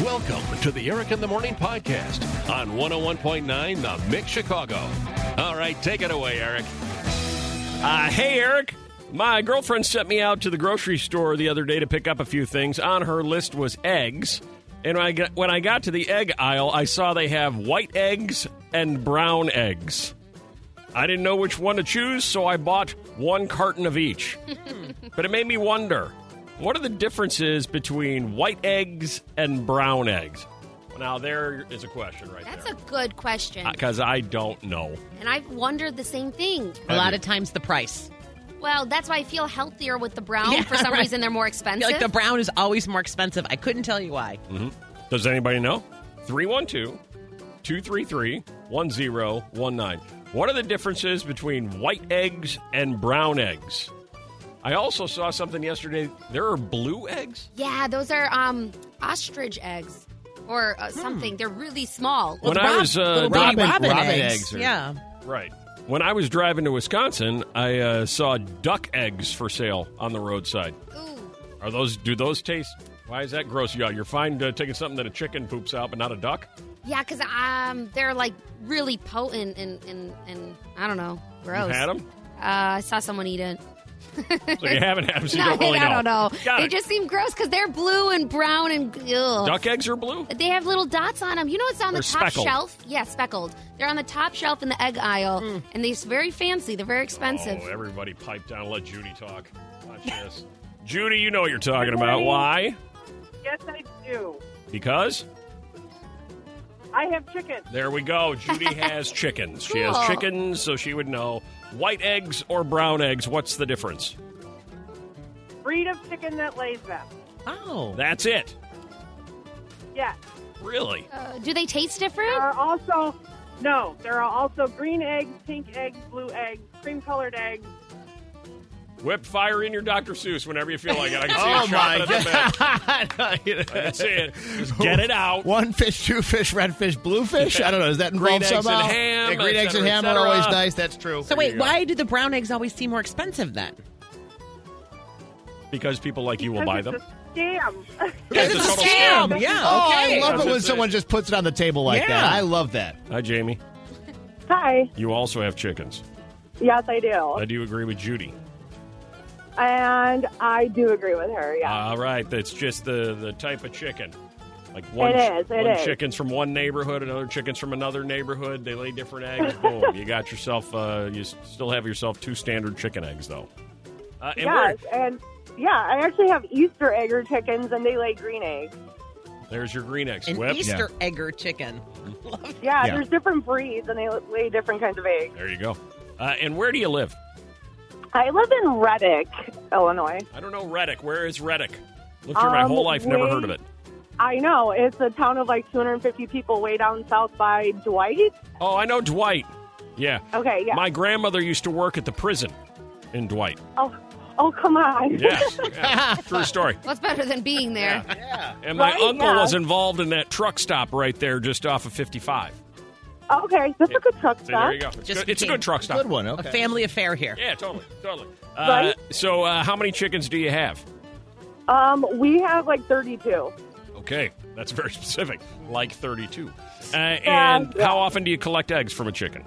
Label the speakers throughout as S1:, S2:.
S1: Welcome to the Eric in the Morning podcast on 101.9 The Mix Chicago. All right, take it away, Eric.
S2: Uh, hey, Eric. My girlfriend sent me out to the grocery store the other day to pick up a few things. On her list was eggs. And when I got, when I got to the egg aisle, I saw they have white eggs and brown eggs. I didn't know which one to choose, so I bought one carton of each. but it made me wonder what are the differences between white eggs and brown eggs? Well, now, there is a question right
S3: That's a
S2: there.
S3: good question.
S2: Because I don't know.
S3: and I've wondered the same thing.
S4: A lot of times the price.
S3: Well, that's why I feel healthier with the brown.
S4: Yeah,
S3: For some
S4: right.
S3: reason, they're more
S4: I
S3: expensive.
S4: feel like the brown is always more expensive. I couldn't tell you why.
S2: Mm. Does anybody know? 312 233 1019. What are the differences between white eggs and brown eggs? I also saw something yesterday. There are blue eggs?
S3: yeah, those are um, ostrich eggs or uh, something. They're really small.
S2: When I was, uh,
S4: little baby
S2: Robin-
S4: robin,
S5: robin
S4: eggs.
S5: eggs are-
S4: yeah.
S2: Right. When I was driving to Wisconsin, I uh, saw duck eggs for sale on the roadside.
S3: Ooh,
S2: Are those, do those taste, why is that gross? Yeah, you're fine uh, taking something that a chicken poops out, but not a duck?
S3: yeah, because um, they're like really potent and, and, and I don't know, gross.
S2: You've had them?
S3: Uh, I saw someone eat it.
S2: So you haven't had them, so you
S3: No,
S2: don't really know.
S3: I don't know.
S2: Oh, Got
S3: they
S2: it.
S3: just seem gross because they're blue and brown and ugh.
S2: Duck eggs are blue?
S3: They have little dots on them. You know what's on the
S2: They're
S3: top
S2: speckled.
S3: shelf? Yeah, speckled. They're on the top shelf in the egg aisle, and they're very fancy. They're very expensive.
S2: Hmm. Oh, everybody pipe down. Let Judy talk. Watch this. Judy, you know what you're talking about. Why?
S6: Yes, I do.
S2: Because
S6: I have chickens.
S2: there we go. Judy has chickens. She has
S3: Cool.
S2: chickens, so she would know. White eggs or brown eggs, what's the difference?
S6: Breed of chicken that lays them.
S4: Oh.
S2: That's it.
S6: Yes.
S2: Really?
S3: Uh, do they taste
S6: There
S3: different?
S6: are also no. There are also green eggs, pink eggs, blue eggs, cream colored eggs.
S2: Whip fire in your Dr. Seuss whenever you feel like it. I can see
S5: Oh
S2: you shopping
S5: my
S2: at the back. I
S5: god!
S2: can see it. Just get it out.
S5: One fish, two fish, red fish, blue fish. I don't know. Is that
S2: Green
S5: involved
S2: eggs and
S5: somehow?
S2: ham,
S5: Yeah, green
S2: et
S5: eggs and
S2: cetera,
S5: ham
S2: et
S5: are always
S2: cetera.
S5: nice. That's true.
S4: So wait, why do the brown eggs always seem more expensive then?
S2: Because people like you will
S6: Because
S2: buy
S6: it's
S2: them.
S6: a scam.
S2: It's a total scam.
S4: Yeah.
S5: Oh,
S4: okay.
S5: I love
S2: That's
S5: it when
S2: it.
S5: someone just puts it on the table like
S4: Yeah.
S5: that. I love that.
S2: Hi, Jamie.
S6: Hi.
S2: You also have chickens.
S6: Yes, I do,
S2: I do agree with Judy.
S6: and I do agree with her. Yeah.
S2: All right, that's just the the type of chicken. Like one,
S6: It is, it
S2: one
S6: is.
S2: chicken's from one neighborhood, another chicken's from another neighborhood. They lay different eggs. Boom! You got yourself. Uh, you s- still have yourself two standard chicken eggs, though. Uh, and
S6: yes, and yeah, I actually have Easter egger chickens, and they lay green eggs.
S2: where- there's your green eggs.
S4: An
S2: Whip.
S4: Easter egger chicken.
S6: Yeah,
S5: Yeah.
S6: there's different breeds, and they lay different kinds of eggs.
S2: There you go. Uh, and where do you live?
S6: I live in Reddick, Illinois.
S2: I don't know Reddick. Where is Reddick? Looked here my
S6: Um,
S2: whole life, never
S6: way-
S2: heard of it.
S6: I know. It's a town of like 250 people way down south by Dwight.
S2: Oh, I know Dwight. Yeah.
S6: Okay, yeah.
S2: My grandmother used to work at the prison in Dwight.
S6: oh, oh, come on.
S2: Yes. yeah. True story.
S3: What's better than being there?
S2: And my
S6: Right?
S2: uncle
S6: Yeah.
S2: was involved in that truck stop right there just off of 55.
S6: Okay, that's a good truck
S2: So
S6: stop.
S2: there you go. It's,
S4: Just
S2: good- it's a
S4: became
S2: good truck stop.
S5: Good one.
S4: A
S5: Okay.
S4: family affair here.
S2: Yeah, totally. Totally. Uh,
S6: Right?
S2: So, uh, how many chickens do you have?
S6: Um, we have like 32.
S2: Okay, that's very specific. Like 32. Uh, and
S6: yeah.
S2: how often do you collect eggs from a chicken?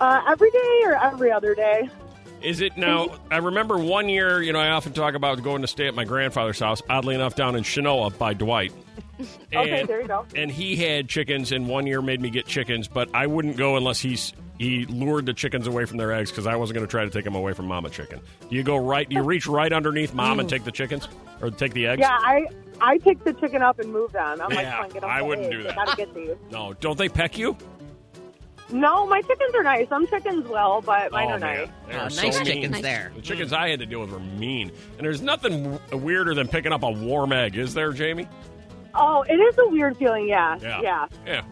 S6: Uh, every day or every other day?
S2: Is it now? I remember one year, you know, I often talk about going to stay at my grandfather's house, oddly enough, down in Chenoa by Dwight.
S6: Okay, there you go.
S2: And he had chickens, and one year made me get chickens, but I wouldn't go unless he's he lured the chickens away from their eggs because I wasn't going to try to take them away from Mama Chicken. Do you go right? Do you reach right underneath Mom and take the chickens or take the eggs?
S6: Mm. Yeah, I I pick the chicken up and move them. I'm like,
S2: Yeah,
S6: come on, get them
S2: I
S6: the
S2: wouldn't
S6: eggs.
S2: do that.
S6: I gotta get these.
S2: No, don't they peck you?
S6: No, my chickens are nice. Some chickens will, but mine
S2: oh
S6: are
S2: man,
S6: nice.
S2: They
S4: Oh,
S2: are
S4: nice
S2: so mean.
S4: chickens
S3: Nice.
S4: there.
S2: The chickens
S6: Mm.
S2: I had to deal with were mean, and there's nothing w- weirder than picking up a warm egg, is there, Jamie?
S6: Oh, it is a weird feeling. Yeah,
S2: Yeah.
S6: yeah.
S2: Yeah.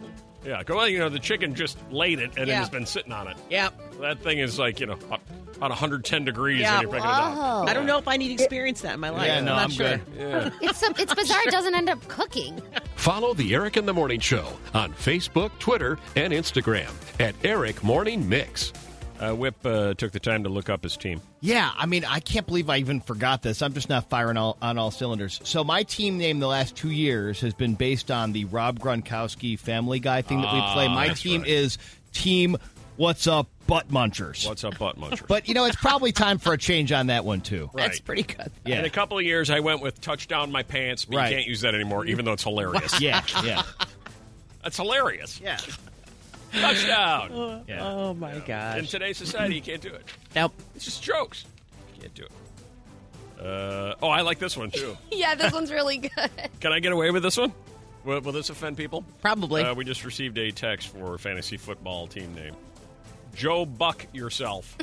S2: Yeah. 'Cause, Well, you know, the chicken just laid it and it
S4: Yeah.
S2: has been sitting on it.
S4: Yep.
S2: That thing is like, you know, about about 110 degrees
S4: Yeah.
S2: when you're picking it up.
S3: Whoa.
S4: I don't know if I need to experience that in my life.
S5: Yeah,
S4: I'm
S5: no,
S4: not
S5: I'm
S4: sure.
S5: good.
S2: Yeah.
S3: It's so, it's bizarre. It doesn't end up cooking.
S1: Follow the Eric in the Morning Show on Facebook, Twitter, and Instagram at Eric Morning Mix.
S2: Uh, Whip uh, took the time to look up his team.
S5: Yeah, I mean, I can't believe I even forgot this. I'm just not firing all, on all cylinders. So my team name the last two years has been based on the Rob Gronkowski Family Guy thing that we play.
S2: Ah,
S5: My team is Team What's Up Butt Munchers.
S2: What's up, butt muncher?
S5: but you know, it's probably time for a change on that one too.
S4: That's pretty good.
S2: In
S5: Yeah,
S2: a couple of years, I went with touchdown my pants, but
S5: Right.
S2: you can't use that anymore, even though it's hilarious.
S5: yeah, yeah,
S2: That's hilarious.
S5: yeah.
S2: Touchdown.
S5: yeah.
S4: Oh my
S2: In
S4: gosh.
S2: today's society, you can't do it.
S4: Nope.
S2: It's just jokes. You can't do it. Uh, oh, I like this one, too.
S3: Yeah, this one's really good.
S2: Can I get away with this one? Will, will this offend people?
S4: Probably.
S2: Uh, we just received a text for fantasy football team name. Joe Buck yourself.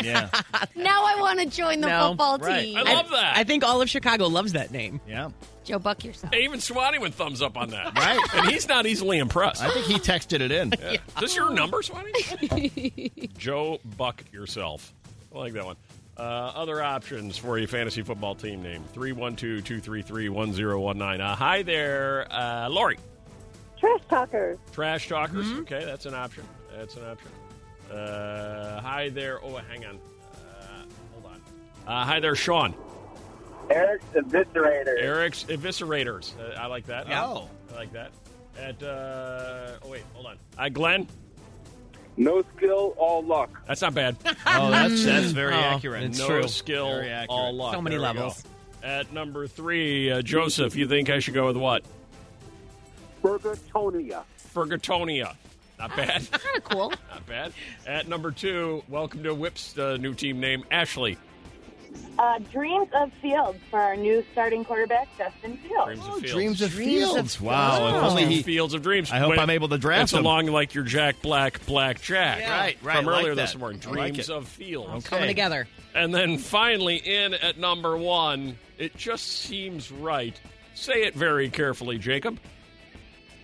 S5: yeah,
S3: now I want to join the
S4: No,
S3: football
S5: right.
S3: team.
S2: I love that.
S4: I think all of Chicago loves that name.
S5: yeah.
S3: Joe, buck yourself.
S2: Even Swanee went thumbs up on that.
S5: Right.
S2: And he's not easily impressed.
S5: I think he texted it in.
S2: Yeah. Is this your number, Swanee? Joe Buck yourself. I like that one. Uh, other options for a fantasy football team name 312 233 1019. Uh, Hi there, uh, Lori.
S6: Trash talkers.
S2: Trash talkers.
S5: Hmm?
S2: Okay, that's an option. That's an option. Uh, hi there. Oh, hang on. Uh, hold on. Uh, hi there, Sean.
S7: Eric's Eviscerator.
S2: Eric's Eviscerators. Uh, I like that.
S5: Oh.
S2: I like that. At, uh, oh, wait, hold on. Uh, Glenn.
S7: No skill, all luck.
S2: That's not bad.
S5: Oh, that's that's very
S4: Oh,
S5: accurate.
S4: it's
S2: no
S4: true.
S2: skill,
S5: Very accurate.
S2: all luck.
S4: So many
S2: There we go.
S4: levels.
S2: At number three, uh, Joseph, you think I should go with what?
S7: Burgertonia.
S2: Fergatonia. Not bad.
S3: Kind of cool.
S2: Not bad. At number two, welcome to Whip's uh, new team name, Ashley.
S8: Uh, dreams of Fields for our new starting quarterback, Justin Fields.
S2: Dreams
S5: Oh,
S2: of Fields.
S5: dreams of
S4: Dreams of
S5: fields. Wow.
S4: Fields.
S5: If only
S2: Dreams of
S5: he-
S2: Fields of Dreams.
S5: I hope I'm able to draft
S2: It's
S5: him.
S2: along like your Jack Black, Black Jack.
S4: Yeah. Right,
S5: right,
S2: From
S5: I like
S2: earlier this
S5: that.
S2: morning.
S5: I like
S2: Dreams
S5: it.
S2: of Fields.
S4: Coming together.
S2: And then finally, in at number one, it just seems right. Say it very carefully, Jacob.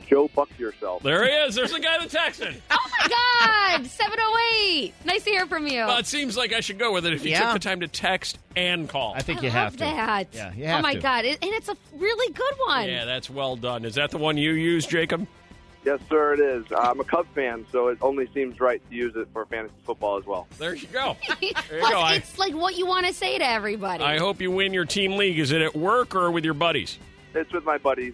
S7: Joe, buck yourself.
S2: There he is. There's the guy that texted.
S3: Oh my God, 708. Nice to hear from you.
S2: Well, it seems like I should go with it if you
S4: Yeah.
S2: took the time to text and call.
S5: I think
S3: I
S5: you
S3: love
S5: have to.
S3: that.
S5: Yeah, you have
S3: oh my
S5: to.
S3: God, it, and it's a really good one.
S2: yeah, that's well done. Is that the one you use, Jacob?
S7: Yes, sir, it is. I'm a Cub fan, so it only seems right to use it for fantasy football as well.
S2: There you go. There you
S3: Plus,
S2: go. I,
S3: it's like what you want to say to everybody.
S2: I hope you win your team league. Is it at work or with your buddies?
S7: It's with my buddies.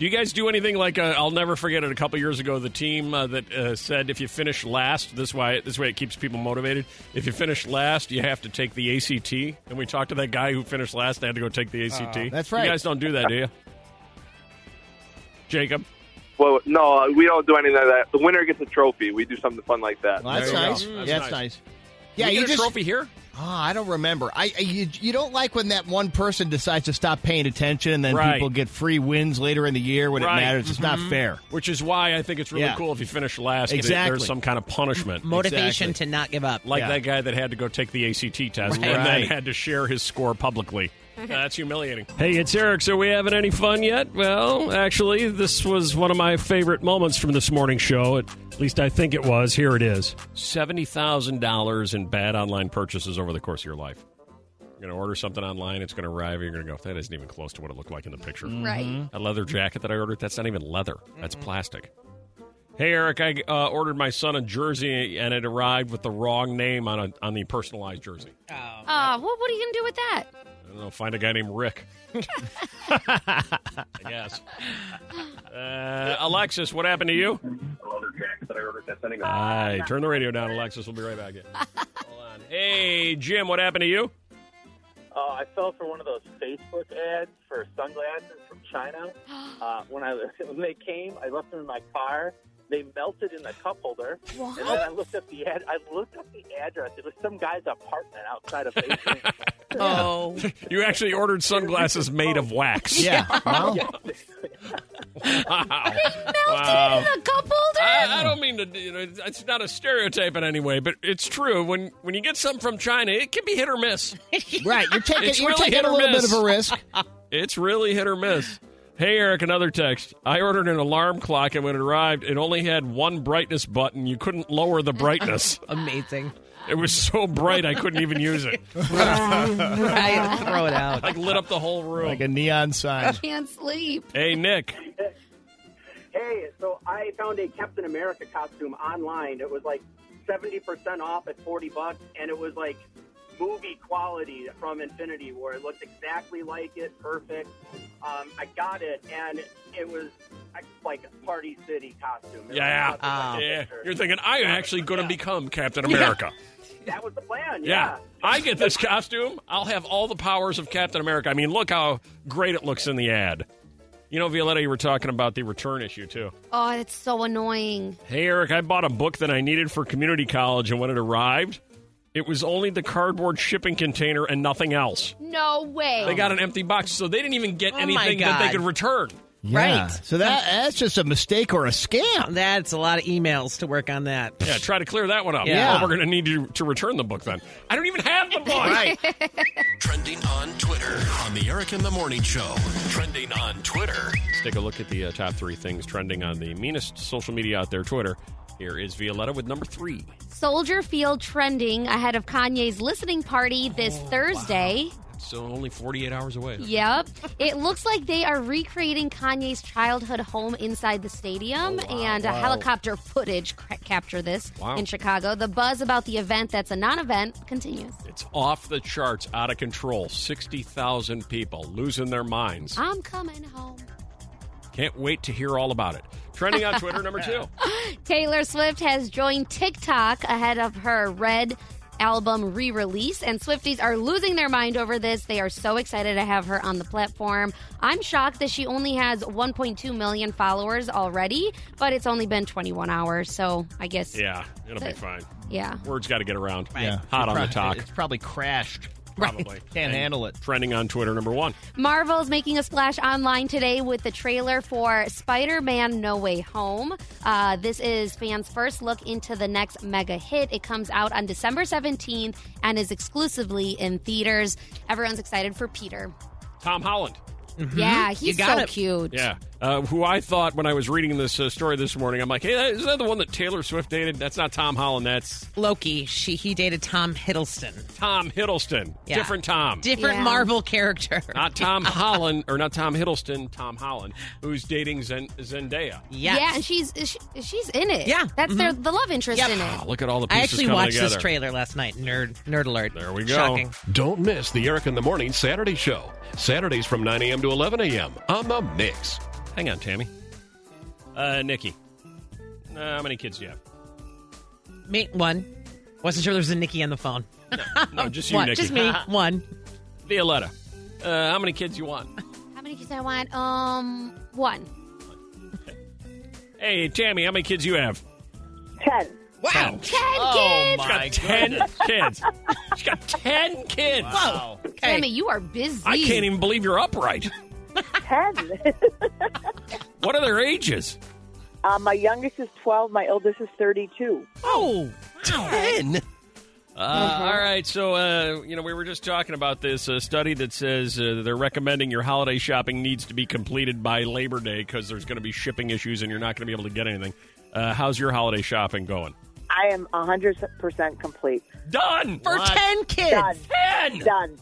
S2: Do you guys do anything like uh, I'll never forget it? A couple years ago, the team uh, that uh, said if you finish last, this why this way it keeps people motivated. If you finish last, you have to take the ACT. And we talked to that guy who finished last. They had to go take the ACT.
S5: Oh, that's
S2: You
S5: right.
S2: guys don't do that, do you, Jacob?
S7: Well, no, we don't do anything like that. The winner gets a trophy. We do something fun like that.
S5: Well, that's
S2: There you go.
S5: nice.
S2: Mm.
S5: Yeah,
S2: That's
S5: That's
S2: nice.
S5: nice. Yeah,
S2: we
S5: you
S2: get
S5: just
S2: a trophy here.
S5: Oh, I don't remember. I, I you, you don't like when that one person decides to stop paying attention, and then
S2: Right.
S5: people get free wins later in the year when
S2: Right. Mm-hmm.
S5: it matters. It's not fair.
S2: Which is why I think it's really
S5: Yeah.
S2: cool if you finish last. that
S5: Exactly.
S2: There's some kind of punishment.
S4: Motivation
S5: Exactly.
S4: to not give up.
S2: like
S5: Yeah.
S2: that guy that had to go take the ACT test and then
S5: Right.
S2: had to share his score publicly. That's humiliating. Hey, it's Eric. So we having any fun yet? Well, actually, this was one of my favorite moments from this morning show. At least I think it was. Here it is: seventy thousand dollars in bad online purchases over the course of your life. You're going to order something online. It's going to arrive. and You're going to go. That isn't even close to what it looked like in the picture.
S3: Right.
S2: A leather jacket that I ordered, that's not even leather. That's plastic. Hey, Eric, I uh, ordered my son a jersey and it arrived with the wrong name on, a, on the personalized jersey.
S3: Uh, well, what are you going to do with that?
S2: I don't know, find a guy named Rick. I guess. Uh, Alexis, what happened to you? Hi, turn the radio down, Alexis. We'll be right back. Hold on. Hey, Jim, what happened to you?
S9: Uh, I fell for one of those Facebook ads for sunglasses from China. Uh, when I when they came, I left them in my car. They melted in the cup holder, and then I looked up the ad. I looked up the address. It was some guy's apartment outside of Beijing.
S4: Oh,
S2: You actually ordered sunglasses made of wax.
S5: Yeah. Well,
S2: Wow.
S3: Melted
S2: Wow.
S3: in the cup holder?
S2: I, I don't mean to. You know, it's- it's not a stereotype in any way, but it's true. When when you get something from China, it can be hit or miss.
S5: right. You're taking
S2: It's
S5: you're
S2: really hit
S5: taking a
S2: or
S5: little
S2: miss.
S5: bit of a risk.
S2: It's really hit or miss. Hey Eric, another text. I ordered an alarm clock, and when it arrived, it only had one brightness button. You couldn't lower the brightness.
S4: amazing.
S2: It was so bright I couldn't even use it.
S4: Right. Throw it out.
S2: Like lit up the whole room.
S5: like a neon sign.
S3: Can't sleep.
S2: hey Nick,
S9: hey, so I found a Captain America costume online. It was like seventy percent off at forty bucks, and it was like movie quality from Infinity War. It looked exactly like it, perfect. Um, I got it, and it was I- like a Party City costume. It was
S2: Yeah.
S9: nothing like
S4: Oh.
S9: the
S2: Yeah.
S9: picture.
S2: You're thinking, I'm actually going to
S9: Yeah.
S2: become Captain America.
S9: That was the plan. Yeah.
S2: Yeah. I get this costume. I'll have all the powers of Captain America. I mean, look how great it looks in the ad. You know, Violetta, you were talking about the return issue, too.
S3: Oh, that's so annoying.
S2: Hey, Eric, I bought a book that I needed for community college, and when it arrived, it was only the cardboard shipping container and nothing else.
S3: No way.
S2: They got an empty box, so they didn't even get
S4: Oh, my
S2: anything that they
S4: God.
S2: could return.
S4: Right.
S5: So that that's just a mistake or a scam.
S4: That's a lot of emails to work on that.
S2: Yeah, try to clear that one up.
S4: Yeah.
S2: Oh, we're going to need you to return the book then. I don't even have the book.
S5: Right.
S1: Trending on Twitter on the Eric in the Morning Show. Trending on Twitter.
S2: Let's take a look at the uh, top three things trending on the meanest social media out there, Twitter. Here is Violetta with number three.
S3: Soldier Field trending ahead of Kanye's listening party this
S2: Oh,
S3: Thursday.
S2: So only 48 hours away.
S3: Yep. It looks like they are recreating Kanye's childhood home inside the stadium, and a helicopter footage cra- capture this
S2: Oh, Wow.
S3: in Chicago. The buzz about the event that's a non-event continues.
S2: It's off the charts, out of control. 60,000 people losing their
S5: Ah.
S2: minds.
S3: I'm coming home.
S2: Can't wait to hear all about it. Trending on Twitter, number two.
S3: Taylor Swift has joined TikTok ahead of her Red album re release, and Swifties are losing their mind over this. They are so excited to have her on the platform. I'm shocked that she only has 1.2 million followers already, but it's only been 21 hours, so I guess.
S2: Yeah, it'll be fine.
S3: yeah.
S2: Words got to get around.
S5: Yeah.
S2: Hot on the
S5: Probably-
S2: talk.
S5: It's probably crashed.
S2: Probably.
S5: Can't handle it.
S2: Trending on Twitter, number one.
S3: Marvel's making a splash online today with the trailer for Spider Man No Way Home. Uh, this is fans' first look into the next mega hit. It comes out on December 17th and is exclusively in theaters. Everyone's excited for Peter.
S2: Tom Holland.
S3: Yeah, he's
S4: got
S3: so
S4: it.
S3: cute.
S2: Yeah. Uh, who I thought when I was reading this uh, story this morning, I'm like, hey, that, is that the one that Taylor Swift dated? That's not Tom Holland. That's
S4: Loki, she he dated Tom Hiddleston.
S2: Tom Hiddleston.
S4: Yeah.
S2: Different Tom.
S4: Different
S3: Yeah.
S4: Marvel character.
S2: not Tom Holland, or not Tom Hiddleston, Tom Holland, who's dating Zen- Zendaya.
S4: Yes.
S3: Yeah, and she's is she- she's in it.
S4: Yeah,
S3: that's their the love interest
S4: Yep.
S3: in
S2: Oh,
S3: it.
S2: look at all the
S4: I
S2: pieces
S4: actually
S2: coming
S4: watched
S2: together.
S4: this trailer last night. Nerd nerd alert.
S2: There we go.
S4: Shocking.
S1: Don't miss the Eric in the Morning Saturday Show. Saturdays from 9 a.m. to 11 a.m. on The Mix.
S2: Hang on, Tammy. Uh, Nikki. Uh, how many kids do you have?
S4: Me one. Wasn't sure there was a Nikki on the phone.
S2: No, just you,
S4: one.
S2: Nikki.
S4: Just me. one.
S2: Violetta. Uh, how many kids you want?
S3: How many kids I want? Um, one.
S2: Hey, Tammy, how many kids you have?
S8: Ten.
S4: Wow.
S3: Ten
S5: Oh
S3: kids.
S5: my
S2: Ten
S5: goodness.
S2: kids. She's got ten kids.
S5: Wow.
S4: Okay.
S3: Tammy, you are busy.
S2: I can't even believe you're upright.
S8: Ten.
S2: What are their ages?
S8: uh, my youngest is 12. My eldest is 32.
S4: Oh.
S5: Ten.
S2: Uh,
S5: Mm-hmm.
S2: all right, so uh, you know we were just talking about this uh, study that says uh, they're recommending your holiday shopping needs to be completed by Labor Day because there's going to be shipping issues and you're not going to be able to get anything. Uh, how's your holiday shopping going?
S8: I am 100% complete.
S2: Done
S4: For ten kids.
S8: Done.
S2: ten.
S8: Done.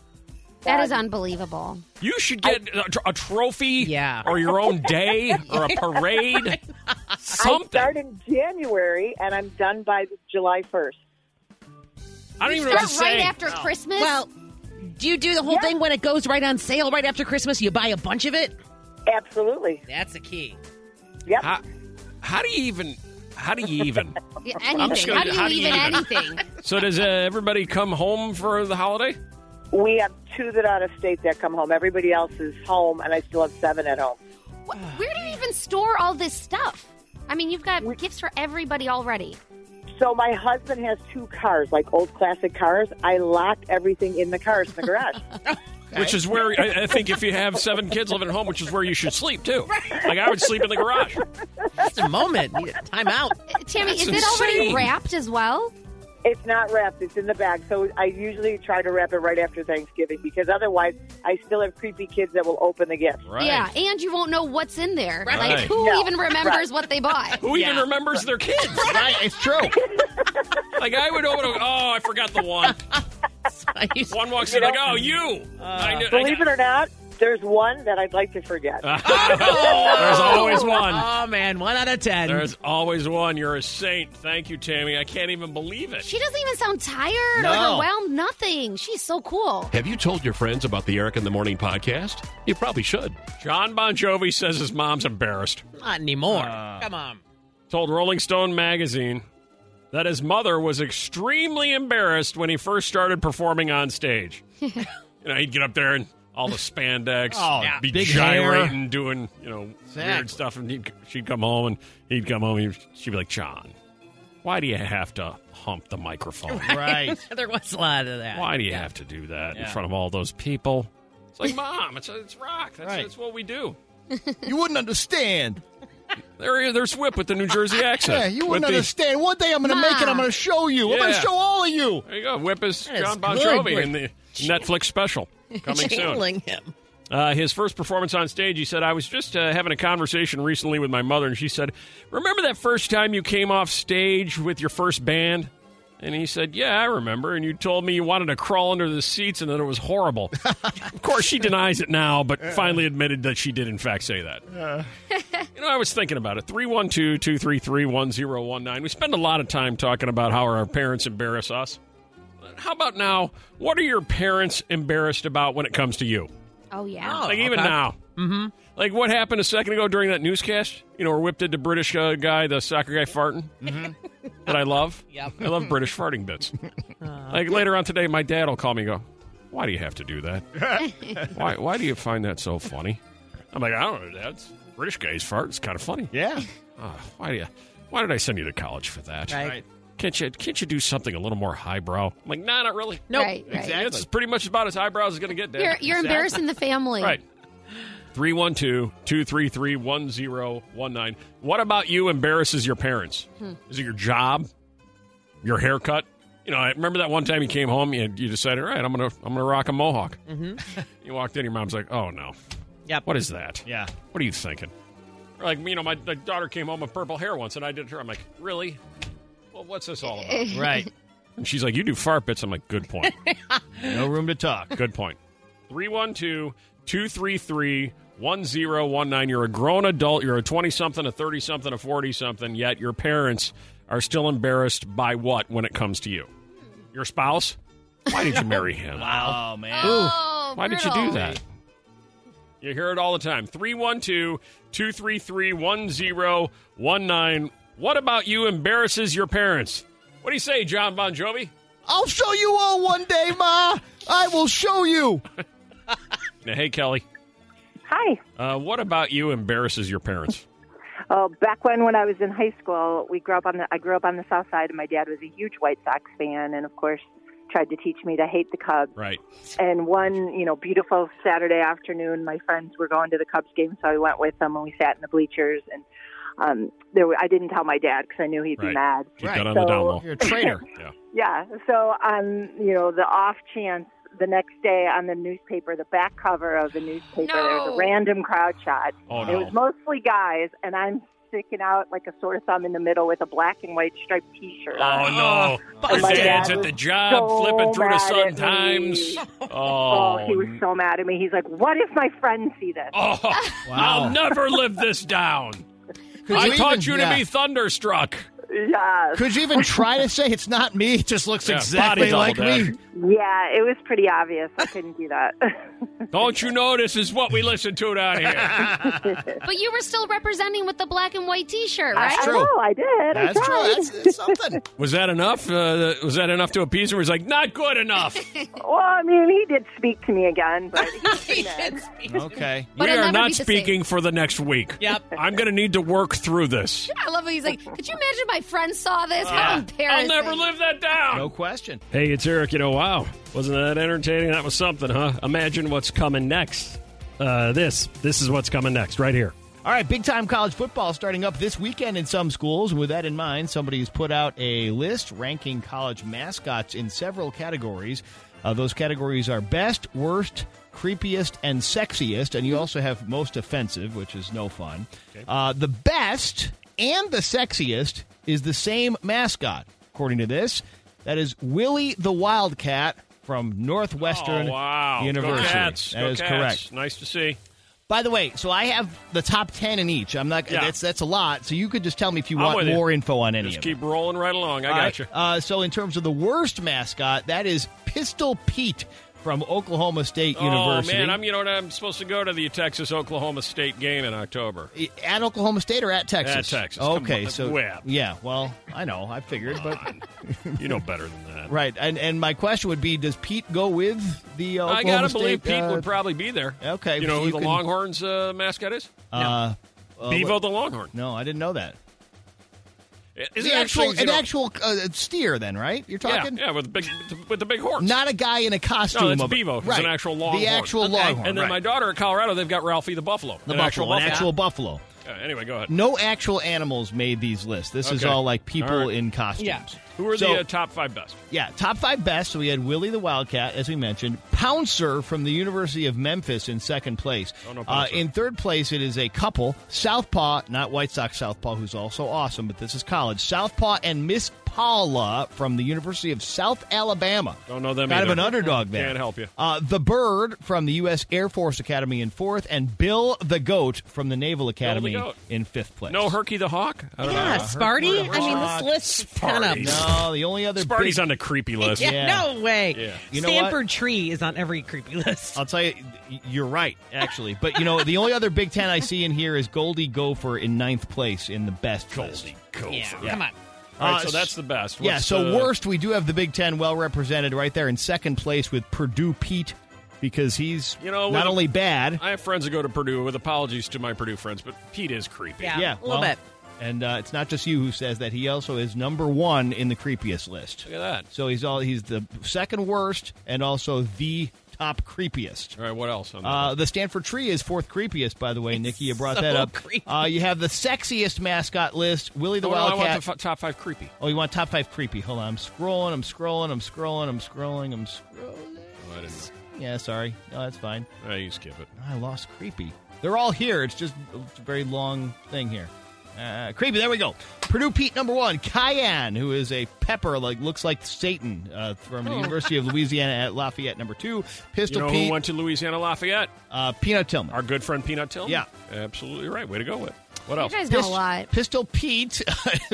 S3: That is unbelievable.
S2: You should get a tr- a trophy,
S4: Yeah.
S2: or your own day, or a parade,
S8: I
S2: something.
S8: start in January and I'm done by July 1st.
S2: I don't even know
S3: Start
S2: what
S3: right
S2: to say.
S3: after Christmas.
S4: Well, do you do the whole
S8: Yeah.
S4: thing when it goes right on sale right after Christmas? You buy a bunch of it?
S8: Absolutely.
S4: That's the key.
S8: Yep.
S2: how, how do you even? How do you even?
S3: Yeah, anything.
S2: gonna-
S3: How do you
S2: how do you
S3: even
S2: even-
S3: anything?
S2: so does uh, everybody come home for the holiday?
S8: We have two that out of state that come home. Everybody else is home, and I still have seven at home.
S3: What, where do you even store all this stuff? I mean, you've got gifts for everybody already. Uh,
S8: So my husband has two cars, like old classic cars. I lock everything in the cars in the garage.
S2: Which is where I, I think if you have seven kids living at home, which is where you should sleep too. Like I would sleep in the garage.
S4: Just a moment. You- Time out.
S3: Uh, Tammy,
S2: That's
S3: is it already
S2: insane.
S3: wrapped as well?
S8: it's not wrapped; it's in the bag. So I usually try to wrap it right after Thanksgiving because otherwise, I still have creepy kids that will open the gift.
S2: Right.
S3: Yeah, and you won't know what's in there.
S4: Right.
S3: Like, who
S8: No.
S3: even remembers what they bought?
S2: Who even
S4: Yeah.
S2: remembers their kids?
S5: Right. It's true.
S2: Like I would open. a- Oh, I forgot the one.
S4: I used-
S2: One walks in like, oh, you. I, Uh. kn- I
S8: Believe it or not, There's one that I'd like to forget.
S2: There's always one.
S4: Oh man, one out of ten.
S2: There's always one. You're a saint. Thank you, Tammy. I can't even believe it.
S3: She doesn't even sound tired,
S5: No.
S3: overwhelmed, nothing. She's so cool.
S1: Have you told your friends about the Eric in the Morning podcast? You probably should.
S2: John Bon Jovi says his mom's embarrassed.
S4: Not anymore.
S2: Uh.
S4: Come on.
S2: Told Rolling Stone magazine that his mother was extremely embarrassed when he first started performing on stage. you know, he'd get up there and all the spandex,
S5: Oh,
S2: yeah, be
S5: big
S2: gyrating, doing you know
S5: Exactly.
S2: weird stuff, and he'd, she'd come home and he'd come home and she'd be like, "John, why do you have to hump the microphone?"
S5: Right.
S4: there was a lot of that.
S2: Why do you have to do that in front of all those people? Uh, It's like, mom, it's, it's rock. That's,
S5: Right.
S2: that's what we do.
S5: you wouldn't understand.
S2: There, there's Whip with the New Jersey accent.
S5: Yeah, you wouldn't
S2: With the-
S5: understand. One day I'm going to make it. I'm going to show you. I'm going
S2: Yeah.
S5: to show all of you.
S2: there you go. Whip is
S4: is
S2: John Bon
S4: good.
S2: Jovi
S4: We're
S2: in the Netflix special coming soon.
S4: Channeling him.
S2: Uh, his first performance on stage, he said, I was just uh, having a conversation recently with my mother, and she said, Remember that first time you came off stage with your first band? And he said, Yeah, I remember. And you told me you wanted to crawl under the seats and that it was horrible. of course, she denies it now, but finally admitted that she did, in fact, say that. you know, I was thinking about it 312 233 1019. We spend a lot of time talking about how our parents embarrass us. How about now? What are your parents embarrassed about when it comes to you?
S3: Oh, yeah.
S2: like even
S4: okay.
S2: now. Mm-hmm. Like what happened a second ago during that newscast? You know, where Whip did the British uh, guy, the soccer guy farting that I love.
S4: Yep.
S2: I love British farting bits. like later on today, my dad will call me and go, "Why do you have to do that? why Why do you find that so funny?" I'm like, "I don't know, Dad. It's British guys fart. It's kind of funny.
S5: Yeah.
S2: Ah, why do you? Why did I send you to college for that?
S4: Right.
S2: Can't you Can't you do something a little more highbrow?" I'm like, "Nah, not really.
S4: Nope.
S3: Right, right.
S5: Exactly.
S2: That's pretty much about as highbrow as it's gonna get, Dad."
S3: You're, you're embarrassing the family.
S2: Right. 312 233 1019. What about you embarrasses your parents? Is it your job? Your haircut? You know, I remember that one time you came home and you decided, all right, I'm going to I'm gonna rock a mohawk. Mm-hmm. you walked in, your mom's like, oh no.
S4: Yep.
S2: What is that?
S5: Yeah.
S2: What are you thinking? Or like, you know, my, my daughter came home with purple hair once and I did her. I'm like, really? Well, what's this all about?
S5: Right.
S2: and she's like, you do fart bits. I'm like, good point.
S5: No room to talk.
S2: Good point. 312 233 1019. You're a grown adult. You're a 20 something, a 30 something, a 40 something, yet your parents are still embarrassed by what when it comes to you? Your spouse? Why did you marry him?
S5: Oh man.
S3: Oh,
S2: Why did you
S3: brutal.
S2: do that? You hear it all the time. 312 233 1019. What about you embarrasses your parents? What do you say, John Bon Jovi?
S5: I'll show you all one day, Ma. I will show you.
S2: Now, hey, Kelly.
S6: Hi.
S2: Uh, what about you embarrasses your parents?
S6: Uh, back when when I was in high school, we grew up on the I grew up on the South Side, and my dad was a huge White Sox fan, and of course tried to teach me to hate the Cubs.
S2: Right.
S6: And one, you know, beautiful Saturday afternoon, my friends were going to the Cubs game, so I went with them, and we sat in the bleachers. And um, there, were, I didn't tell my dad because I knew he'd
S2: Right.
S6: be mad.
S2: Keep
S5: Right.
S2: that on
S6: So-
S2: the down low.
S5: You're a traitor.
S2: Yeah.
S6: Yeah. So on, you know, the off chance the next day on the newspaper, the back cover of the newspaper,
S3: No.
S6: there was a random crowd shot.
S2: Oh,
S6: It was
S2: no.
S6: mostly guys, and I'm sticking out like a sore thumb in the middle with a black and white striped T-shirt.
S2: Oh,
S6: on.
S2: no.
S4: Oh,
S2: Your
S4: my
S2: dad's
S6: dad
S2: at the
S6: was
S2: job
S6: so
S2: flipping through the
S6: mad
S2: Sun
S6: at
S2: Times.
S6: me.
S2: Oh,
S6: Oh, he was so mad at me. He's like, "What if my friends see this?"
S2: Oh, I'll never live this down. I
S5: you
S2: taught
S5: even-
S2: you to
S5: yeah.
S2: be thunderstruck.
S6: Yeah,
S5: Could you even try to say it's not me? It just looks
S2: Yeah,
S5: exactly
S2: body double,
S5: like me.
S2: Dad.
S6: yeah. It was pretty obvious. I couldn't do that.
S2: Don't you know this is what we listen to down here?
S3: But you were still representing with the black and white t shirt,
S6: I,
S3: right?
S5: true.
S6: I know. I did.
S5: That's
S6: I
S5: true.
S6: tried.
S5: That's, it's something.
S2: was that enough? Uh, was that enough to appease him? He's like, not good enough.
S6: Well, I mean, he did speak to me again, but
S4: He did speak.
S5: Okay.
S3: But
S2: we
S3: it'll
S2: are
S3: never
S2: not
S3: be the
S2: speaking for the next week.
S4: Yep.
S2: I'm going to need to work through this.
S3: I love it. He's like, could you imagine my friends saw this? How
S5: Yeah.
S2: I'll
S3: embarrassing.
S2: never live that down.
S5: No question.
S2: Hey, it's Eric. You know, wow, wasn't that entertaining? That was something, huh? Imagine what's coming next. Uh, this, this is what's coming next, right here.
S5: All right, big time college football starting up this weekend in some schools. With that in mind, somebody has put out a list ranking college mascots in several categories. Uh, those categories are best, worst, creepiest, and sexiest. And
S2: Mm-hmm.
S5: you also have most offensive, which is no fun. Uh, the best and the sexiest is the same mascot, according to this. That is Willie the Wildcat from Northwestern
S2: oh, wow.
S5: University.
S2: Go Cats.
S5: That
S2: Go
S5: is
S2: Cats.
S5: correct.
S2: Nice to see.
S5: By the way, so I have the top ten in each. I'm not.
S2: Yeah.
S5: That's that's a lot. So you could just tell me if you
S2: I'm
S5: want
S2: with you.
S5: more info on any
S2: Just
S5: of
S2: keep rolling right along. I
S5: All
S2: got
S5: right,
S2: you.
S5: Uh, so in terms of the worst mascot, that is Pistol Pete from Oklahoma State University.
S2: Oh man, I'm you know what I'm supposed to go to the Texas Oklahoma State game in October.
S5: at Oklahoma State or at Texas?
S2: At Texas. Come
S5: Okay,
S2: on,
S5: so
S2: whip.
S5: yeah. Well, I know. I figured, but
S2: You know better than that.
S5: right. And and my question would be, does Pete go with the uh,
S2: I
S5: Oklahoma
S2: gotta
S5: State?
S2: believe Pete
S5: uh,
S2: would probably be there.
S5: okay,
S2: You know
S5: so
S2: who
S5: you
S2: the
S5: can-
S2: Longhorns uh, mascot is?
S5: uh, uh,
S2: Bevo
S5: what-
S2: the Longhorn.
S5: No, I didn't know that.
S2: Is
S5: the actual an actual uh, steer, then, right? You're
S2: yeah,
S5: talking
S2: yeah, with the big with the big horse.
S5: not a guy in a costume.
S2: no, it's
S5: of,
S2: Oh, Bevo. It's
S5: right?
S2: an actual longhorn.
S5: The actual
S2: Okay.
S5: longhorn.
S2: And then
S5: right.
S2: my daughter at Colorado, they've got Ralphie the buffalo.
S5: the
S2: an
S5: buffalo,
S2: actual
S5: an actual buffalo.
S2: Yeah, anyway, go ahead.
S5: No actual animals made these lists. This is
S2: Okay.
S5: all like people
S2: All right.
S5: in costumes.
S4: Yeah.
S2: Who are
S5: So-
S2: the uh, top five best?
S5: Yeah, top five best. So we had Willie the Wildcat, as we mentioned. Pouncer from the University of Memphis in second place.
S2: Oh, no,
S5: uh,
S2: Pouncer.
S5: in third place, it is a couple Southpaw, not White Sox Southpaw, who's also awesome, but this is college. Southpaw and Miss Paula from the University of South Alabama.
S2: Don't know them
S5: Kind of
S2: either.
S5: an underdog there.
S2: Can't help you.
S5: Uh, the Bird from the U.S. Air Force Academy in fourth, and Bill the Goat from the Naval Academy
S2: Goat.
S5: in fifth place.
S2: No Herky the Hawk? I don't
S4: Yeah,
S2: know.
S4: Sparty. I mean,
S5: Sparty.
S4: this list's kind of.
S2: Sparty.
S5: No, the only other
S2: Sparty's
S5: big-
S2: on the creepy list.
S4: Yeah,
S5: Yeah.
S4: no way.
S2: Yeah.
S5: You know what?
S4: Stanford Tree is on every creepy list.
S5: I'll tell you, you're right, actually. But you know, the only other Big Ten I see in here is Goldie Gopher in ninth place in the best. list.
S2: Goldie Gopher.
S4: yeah, come on.
S2: All right,
S5: Uh,
S2: so that's the best.
S5: yeah.
S2: What's
S5: So
S2: the-
S5: worst, we do have the Big Ten well represented right there in second place with Purdue Pete because he's
S2: You know,
S5: not
S2: with-
S5: only bad.
S2: I have friends that go to Purdue. With apologies to my Purdue friends, but Pete is creepy.
S4: Yeah,
S5: yeah,
S4: a little
S5: well,
S4: bit.
S5: And uh, it's not just you who says that. He also is number one in the creepiest list.
S2: Look at that.
S5: So he's all he's the second worst and also the top creepiest.
S2: All right, what else? On that
S5: Uh, the Stanford tree is fourth creepiest, by the way, Nikki. You brought
S4: so
S5: that up.
S4: creepy.
S5: Uh, you have the sexiest mascot list, Willie the
S2: oh, no, I want
S5: Wildcat.
S2: the f- top five creepy.
S5: oh, you want top five creepy? Hold on, I'm scrolling, I'm scrolling, I'm scrolling, I'm scrolling, I'm scrolling.
S2: Oh, I didn't.
S5: Yeah, sorry. No, that's fine. Ah,
S2: Know. All right, you skip it.
S5: I lost creepy. They're all here. It's just a very long thing here. Uh, creepy. There we go. Purdue Pete number one. Cayenne, who is a pepper, like looks like Satan, uh, from the University of Louisiana at Lafayette. Number two,
S2: You
S5: Pistol
S2: know
S5: Pete,
S2: who went to Louisiana Lafayette?
S5: uh, Peanut Tillman.
S2: Our good friend Peanut Tillman.
S5: Yeah.
S2: absolutely right. Way to go with. What else?
S3: You guys know a
S5: Pist-
S3: lot.
S5: Pistol Pete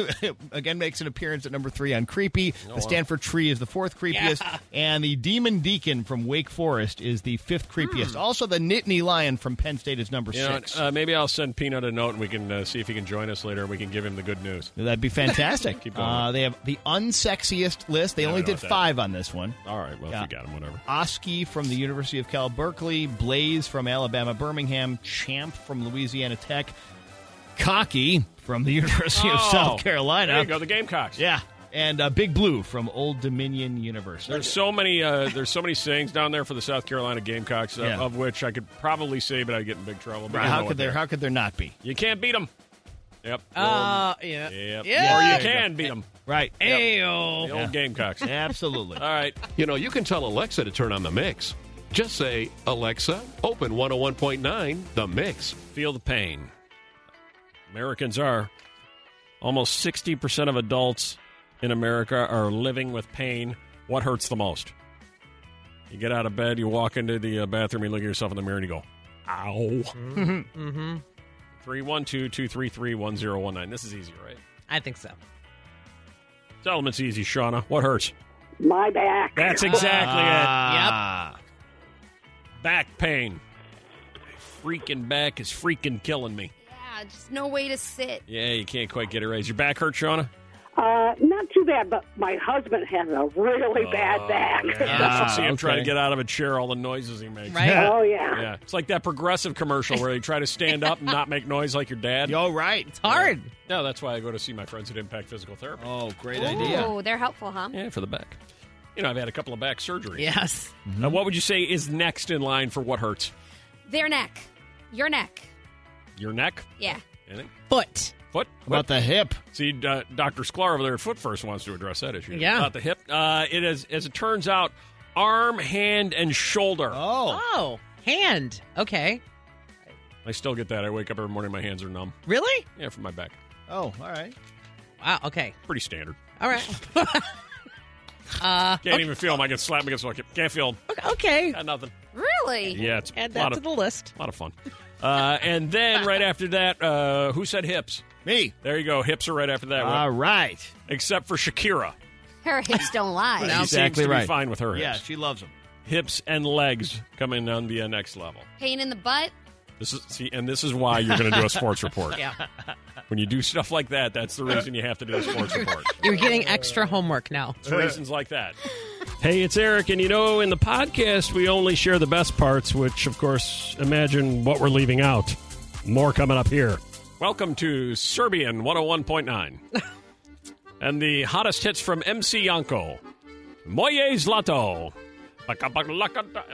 S5: again makes an appearance at number three on Creepy.
S2: Oh,
S5: the Stanford Tree is the fourth creepiest, and the Demon Deacon from Wake Forest is the fifth creepiest. Also, the Nittany Lion from Penn State is number
S2: Hmm. You know,
S5: six.
S2: uh, maybe I'll send Peanut a note and we can uh, see if he can join us later and we can give him the good news.
S5: That'd be fantastic.
S2: Keep going.
S5: uh, they have the unsexiest list. They
S2: Yeah,
S5: only
S2: I know
S5: did
S2: what that-
S5: five on this one.
S2: All right, well,
S5: Yeah.
S2: if you got him, whatever.
S5: Oski from the University of Cal Berkeley, Blaze from Alabama Birmingham, Champ from Louisiana Tech, Cocky from the University of
S2: Oh,
S5: South Carolina.
S2: There you go, the Gamecocks.
S5: Yeah, and uh, Big Blue from Old Dominion University.
S2: There's so many. Uh, there's so many sayings down there for the South Carolina Gamecocks, uh,
S5: Yeah.
S2: of which I could probably say, but I'd get in big trouble. But you know
S5: how
S2: what
S5: could
S2: they
S5: there?
S2: are.
S5: How could there not be?
S2: You can't beat them. Yep.
S4: Uh, yeah.
S2: yep.
S4: Yeah.
S2: Or you can beat them.
S5: Right.
S4: Ayo.
S2: The old Gamecocks. All
S5: Absolutely.
S2: right.
S1: You know, you can tell Alexa to turn on the mix. Just say, Alexa, open 101.9, the mix.
S2: Feel the pain. Americans are almost 60% of adults in America are living with pain. What hurts the most? You get out of bed, you walk into the uh, bathroom, you look at yourself in the mirror, and you go, ow. Mm-hmm. 312 233 1019. This is easy, right?
S4: I think so.
S2: Solomon's easy, Shauna. What hurts?
S8: My back.
S2: That's exactly it.
S5: Ah,
S2: back pain. My freaking back is freaking killing me.
S3: Yeah, just no way to sit.
S2: Yeah, you can't quite get it right. Is your back hurt, Shauna?
S8: Uh, not too bad, but my husband has a really
S2: Oh,
S8: bad back.
S2: I see him
S5: okay.
S2: trying to get out of a chair, all the noises he makes.
S4: Right?
S5: Yeah.
S8: Oh yeah.
S2: Yeah, it's like that progressive commercial where you try to stand up and not make noise like your dad.
S5: You're right.
S4: It's hard.
S2: No, that's why I go to see my friends at Impact Physical Therapy.
S5: Oh, great idea.
S3: Oh, they're helpful, huh?
S2: Yeah, for the back. You know, I've had a couple of back surgeries.
S4: Yes.
S2: Now, what would you say is next in line for what hurts?
S3: Their neck. Your neck.
S2: Your neck?
S3: Yeah.
S2: Anything?
S4: Foot.
S2: Foot?
S5: About the hip.
S2: See, uh, Dr. Sklar over there at Foot First wants to address that issue.
S4: Yeah.
S2: About the hip. Uh, it is, as it turns out, arm, hand, and shoulder.
S5: Oh,
S4: Oh, hand. Okay.
S2: I still get that. I wake up every morning, my hands are numb.
S4: Really?
S2: Yeah, from my back.
S5: oh, all right.
S4: Wow. Okay.
S2: Pretty standard.
S4: All right. Uh,
S2: Can't even feel them. I can slap them against the wall. Can't feel them.
S4: okay.
S2: Got nothing.
S3: Really?
S2: Yeah, it's
S4: Add
S2: a
S4: that
S2: lot
S4: to
S2: of,
S4: the list.
S2: lot of fun. Uh, and then right after that, uh, who said hips?
S5: Me.
S2: There you go. Hips are right after that one,
S5: All right.
S2: except for Shakira.
S3: Her hips don't lie.
S5: No.
S2: She
S5: Exactly
S2: seems to be
S5: right.
S2: fine with her hips.
S5: Yeah, she loves him.
S2: Hips and legs coming on the uh, next level.
S3: Pain in the butt.
S2: This is see, and this is why you're going to do a sports report.
S4: Yeah.
S2: When you do stuff like that, that's the reason you have to do a sports report.
S4: You're getting extra homework now.
S2: It's for reasons like that. Hey, it's Eric, and you know, in the podcast, we only share the best parts, which, of course, imagine what we're leaving out. More coming up here. Welcome to Serbian 101.9 and the hottest hits from MC Yanko. Moje Zlato.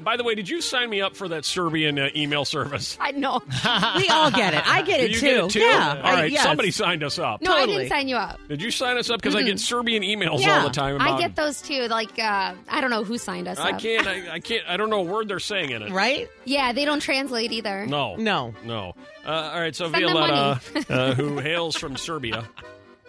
S2: By the way, did you sign me up for that Serbian uh, email service?
S3: I know.
S4: We all get it. I get it
S2: Did you
S4: too.
S2: get it too?
S4: Yeah.
S2: All
S4: I-
S2: right,
S4: yes.
S2: somebody signed us up.
S3: No, I didn't
S4: Totally.
S3: sign you up.
S2: Did you sign us up? Because I get Serbian emails
S4: Yeah,
S2: all the time. About
S3: I get those too. Like uh, I don't know who signed us
S2: I
S3: up.
S2: can't. I, I can't. I don't know a word they're saying in it.
S4: Right?
S3: Yeah, they don't translate either.
S2: No.
S4: No.
S2: No. Uh, all right. So
S3: Send them
S2: Violetta, uh, who hails from Serbia.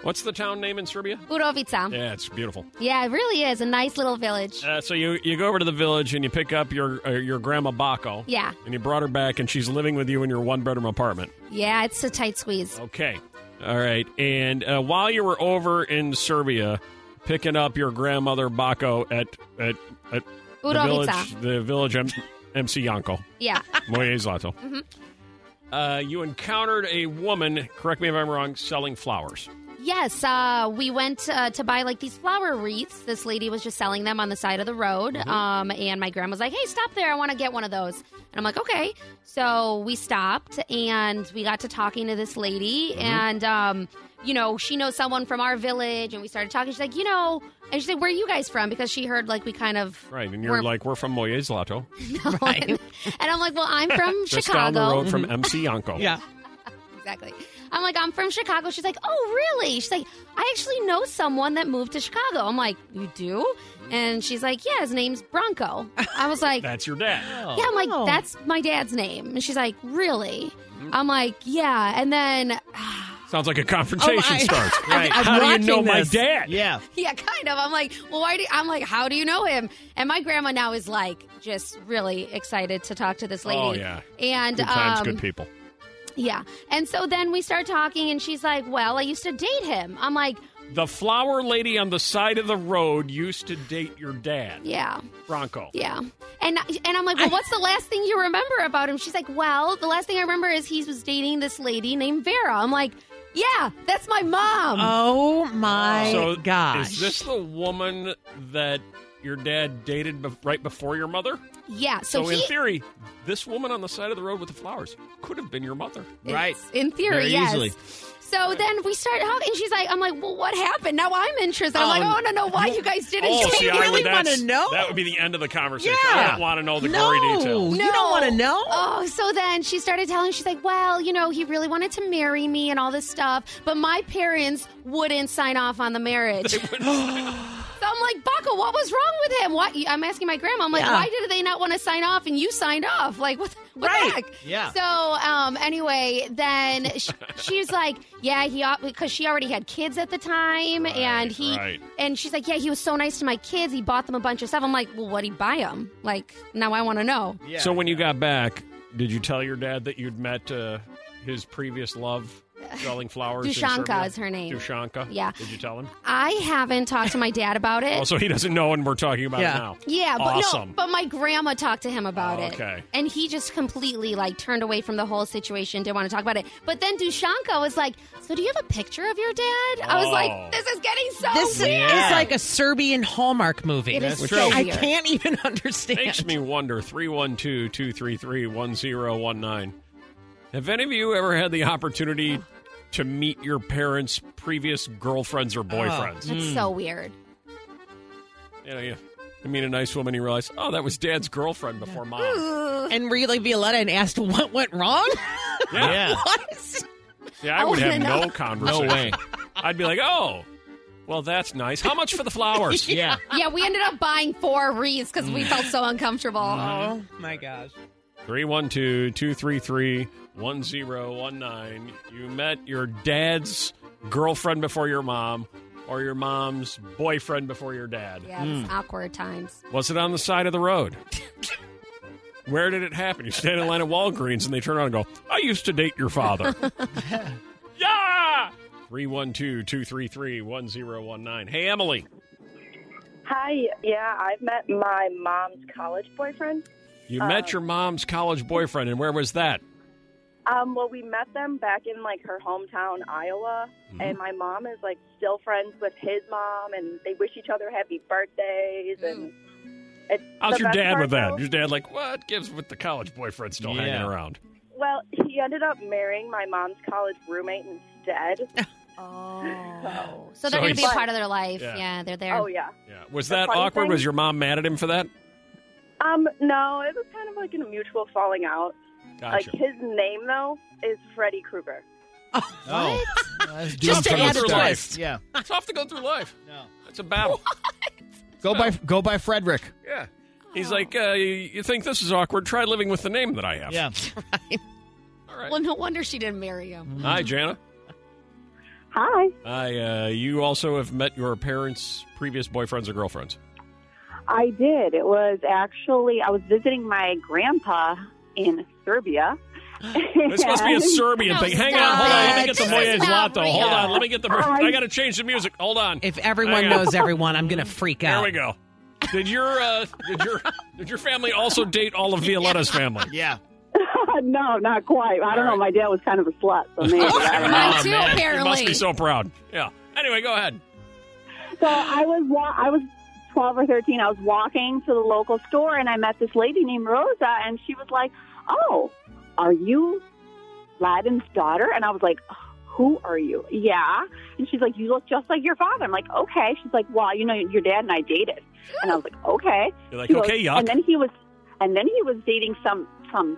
S2: What's the town name in Serbia?
S3: Budovica. Yeah.
S2: Yeah, it's beautiful.
S3: it really is a nice little village.
S2: Uh, so you you go over to the village and you pick up your uh, your grandma Bako.
S3: Yeah.
S2: And you brought her back, and she's living with you in your one bedroom apartment.
S3: Yeah, it's a tight squeeze.
S2: Okay. All right. And uh, while you were over in Serbia, picking up your grandmother Bako at at at
S3: Budovica.
S2: the village, the village M- MC Yanko.
S3: Yeah.
S2: Moje Zlato.
S4: Mm-hmm.
S2: Uh, you encountered a woman, correct me if I'm wrong, selling flowers.
S3: Yes, uh, we went uh, to buy like these flower wreaths. This lady was just selling them on the side of the road.
S2: Mm-hmm.
S3: Um, and my grandma was like, hey, stop there. I want to get one of those. And I'm like, okay. So we stopped and we got to talking to this lady.
S2: Mm-hmm.
S3: And, um, you know, she knows someone from our village. And we started talking. She's like, you know, and she said, where are you guys from? Because she heard like we kind of.
S2: Right. And you're
S3: We're-
S2: like, we're from Moje Zlato,
S3: and, I'm like, well, I'm from
S2: just
S3: Chicago.
S2: down the road from MC Yanko.
S4: Mm-hmm. Yeah.
S3: Exactly. I'm like, I'm from Chicago. She's like, oh, really? She's like, I actually know someone that moved to Chicago. I'm like, you do? And she's like, yeah, his name's Bronco. I was like, yeah,
S2: That's your dad.
S3: I'm like,
S4: Oh.
S3: that's my dad's name. And she's like, really? I'm like, yeah. And then,
S2: Sounds like a confrontation
S4: Oh, I-
S2: starts.
S4: Right. I'm
S2: How do you
S4: watching
S2: know my
S4: this.
S2: dad?
S5: Yeah.
S3: yeah, kind of. I'm like, well, why do I'm like, how do you know him? And my grandma now is like, just really excited to talk to this lady.
S2: Oh, yeah.
S3: And
S2: Good times,
S3: um,
S2: good people.
S3: yeah. And so then we start talking, and she's like, well, I used to date him. I'm like,
S2: The flower lady on the side of the road used to date your dad,
S3: yeah.
S2: Bronco.
S3: Yeah. And and I'm like, well, what's the last thing you remember about him? She's like, well, the last thing I remember is he was dating this lady named Vera. I'm like, yeah, that's my mom.
S4: Oh my
S2: So
S4: gosh.
S2: is this the woman that your dad dated be- right before your mother?
S3: yeah.
S2: So,
S3: So,
S2: in
S3: he,
S2: theory, this woman on the side of the road with the flowers could have been your mother.
S3: in-
S5: Right.
S3: In theory,
S5: Very
S3: yes.
S5: easily.
S3: So then we start talking, and she's like, I'm like, well, what happened? Now I'm interested. I'm
S4: Oh,
S3: like, I want to know why you guys didn't
S2: Oh,
S3: date
S2: see,
S4: you
S2: I
S4: really
S2: would,
S4: wanna
S2: that's-
S4: know?
S2: That would be the end of the conversation. I
S4: Yeah.
S2: don't want to know the
S4: No.
S2: gory details.
S4: You don't wanna know?
S3: Oh, so then she started telling, she's like, well, you know, he really wanted to marry me and all this stuff, but my parents wouldn't sign off on the marriage. so I'm like, Baca, what was wrong with him? Why? I'm asking my grandma, I'm like,
S4: Yeah.
S3: why did they not want to sign off and you signed off? Like, what, the- what
S4: Right.
S3: the heck?
S5: Yeah.
S3: So um, anyway, then she, she's like, yeah, he, because she already had kids at the time and he,
S2: right.
S3: and she's like, yeah, he was so nice to my kids. He bought them a bunch of stuff. I'm like, well, what'd he buy them? Like, now I want to know.
S5: Yeah.
S2: so when you got back, did you tell your dad that you'd met uh, his previous love selling flowers? in
S3: Dushanka
S2: Serbia?
S3: is her name.
S2: Dushanka?
S3: Yeah.
S2: Did you tell him?
S3: I haven't talked to my dad about it.
S2: Oh, so he doesn't know and we're talking about
S4: Yeah.
S2: it now.
S3: yeah, but
S2: awesome.
S3: no, but my grandma talked to him about
S2: Oh,
S3: it.
S2: okay.
S3: And he just completely like turned away from the whole situation, didn't want to talk about it. But then Dushanka was like, "So do you have a picture of your dad?" I was
S2: Oh.
S3: like, "This is getting so
S4: This
S3: weird."
S4: is like a Serbian Hallmark movie.
S3: It is
S5: That's
S3: so
S5: true.
S3: weird.
S4: I can't even understand.
S2: Makes me wonder 312 233 1019. Have any of you ever had the opportunity to meet your parents' previous girlfriends or boyfriends?
S3: That's so weird.
S2: You know, you, you meet a nice woman, you realize, oh, that was dad's girlfriend before mom.
S4: and were you like Violetta and asked what went wrong?
S2: Yeah.
S5: Yeah.
S4: what? is-
S2: Yeah, I,
S3: I
S2: would
S3: wanna
S2: have
S3: know.
S2: no conversation. I'd be like, oh, well, that's nice. How much for the flowers?
S5: Yeah.
S3: yeah, we ended up buying four wreaths because
S2: Mm.
S3: we felt so uncomfortable.
S2: Mm-hmm.
S4: Oh my gosh.
S2: 312 233 1019. You met your dad's girlfriend before your mom or your mom's boyfriend before your dad?
S3: Yeah, it's awkward times.
S2: Was it on the side of the road? Where did it happen? You stand in line at Walgreens and they turn around and go, I used to date your father. yeah! 312 233 1019. Hey, Emily.
S10: Hi, yeah, I've met my mom's college boyfriend. Uh,
S2: You met your mom's college boyfriend, and where was that?
S10: Um, well, we met them back in like her hometown, Iowa,
S2: Mm-hmm.
S10: and my mom is like still friends with his mom, and they wish each other happy birthdays. And it's
S2: Mm. How's
S10: the
S2: your
S10: best
S2: dad
S10: part,
S2: with that?
S10: though-
S2: Your dad, like, what gives with the college boyfriend still hanging
S5: Yeah.
S2: around?
S10: Well, he ended up marrying my mom's college roommate instead.
S3: Oh, so they're
S2: So
S3: going to be a
S2: he's-
S3: part of their life.
S2: Yeah.
S3: Yeah, they're there.
S10: oh yeah.
S2: Yeah. Was
S10: The
S2: that
S10: funny
S2: awkward?
S10: thing-
S2: Was your mom mad at him for that?
S10: Um, no, it was kind of like a mutual falling out.
S2: Gotcha.
S10: Like his name though is Freddy Krueger.
S5: Oh, That's
S4: Just
S5: doomed
S4: to
S5: from the
S4: add a
S5: start.
S4: twist.
S5: Yeah.
S2: It's off to go through life.
S5: No.
S2: It's a battle.
S5: Go by go by Frederick.
S2: Yeah. He's like, uh, you- you think this is awkward? Try living with the name that I have.
S5: Yeah.
S2: All right.
S3: Well, no wonder she didn't marry him.
S2: Hi, Jana.
S10: Hi.
S2: Hi. Uh, you also have met your parents' previous boyfriends or girlfriends.
S10: I did. It was actually I was visiting my grandpa in Serbia.
S2: This must be a
S10: And-
S2: Serbian
S3: No,
S2: thing. Hang on. Hold on. Let me
S4: stop.
S2: get the
S4: Just
S2: Voyage
S3: stop,
S2: Lotto. Hold
S3: Rita.
S2: on. Let me get the.
S10: I-
S2: I got to change the music. Hold on.
S4: If everyone
S2: Hang on.
S4: knows everyone, I'm going to freak
S2: There
S4: out.
S2: we go. Did your uh, did your did your family also date all of Violetta's family?
S5: Yeah.
S10: no, not quite. I don't
S2: All right.
S10: know. My dad was kind of a slut, so maybe. I don't know.
S3: Mine
S2: Oh,
S3: too,
S2: man. You must
S3: apparently.
S2: be so proud. Yeah. Anyway, go ahead.
S10: So I was wa- I was twelve or thirteen. I was walking to the local store, and I met this lady named Rosa, and she was like, "Oh, are you Ladin's daughter?" And I was like. Who are you? Yeah. And she's like, You look just like your father. I'm like, Okay. She's like, Well, you know, your dad and I dated. And I was like, Okay.
S2: You're like,
S10: He was-
S2: okay,
S10: And
S2: yuck.
S10: then he was, and then he was dating some some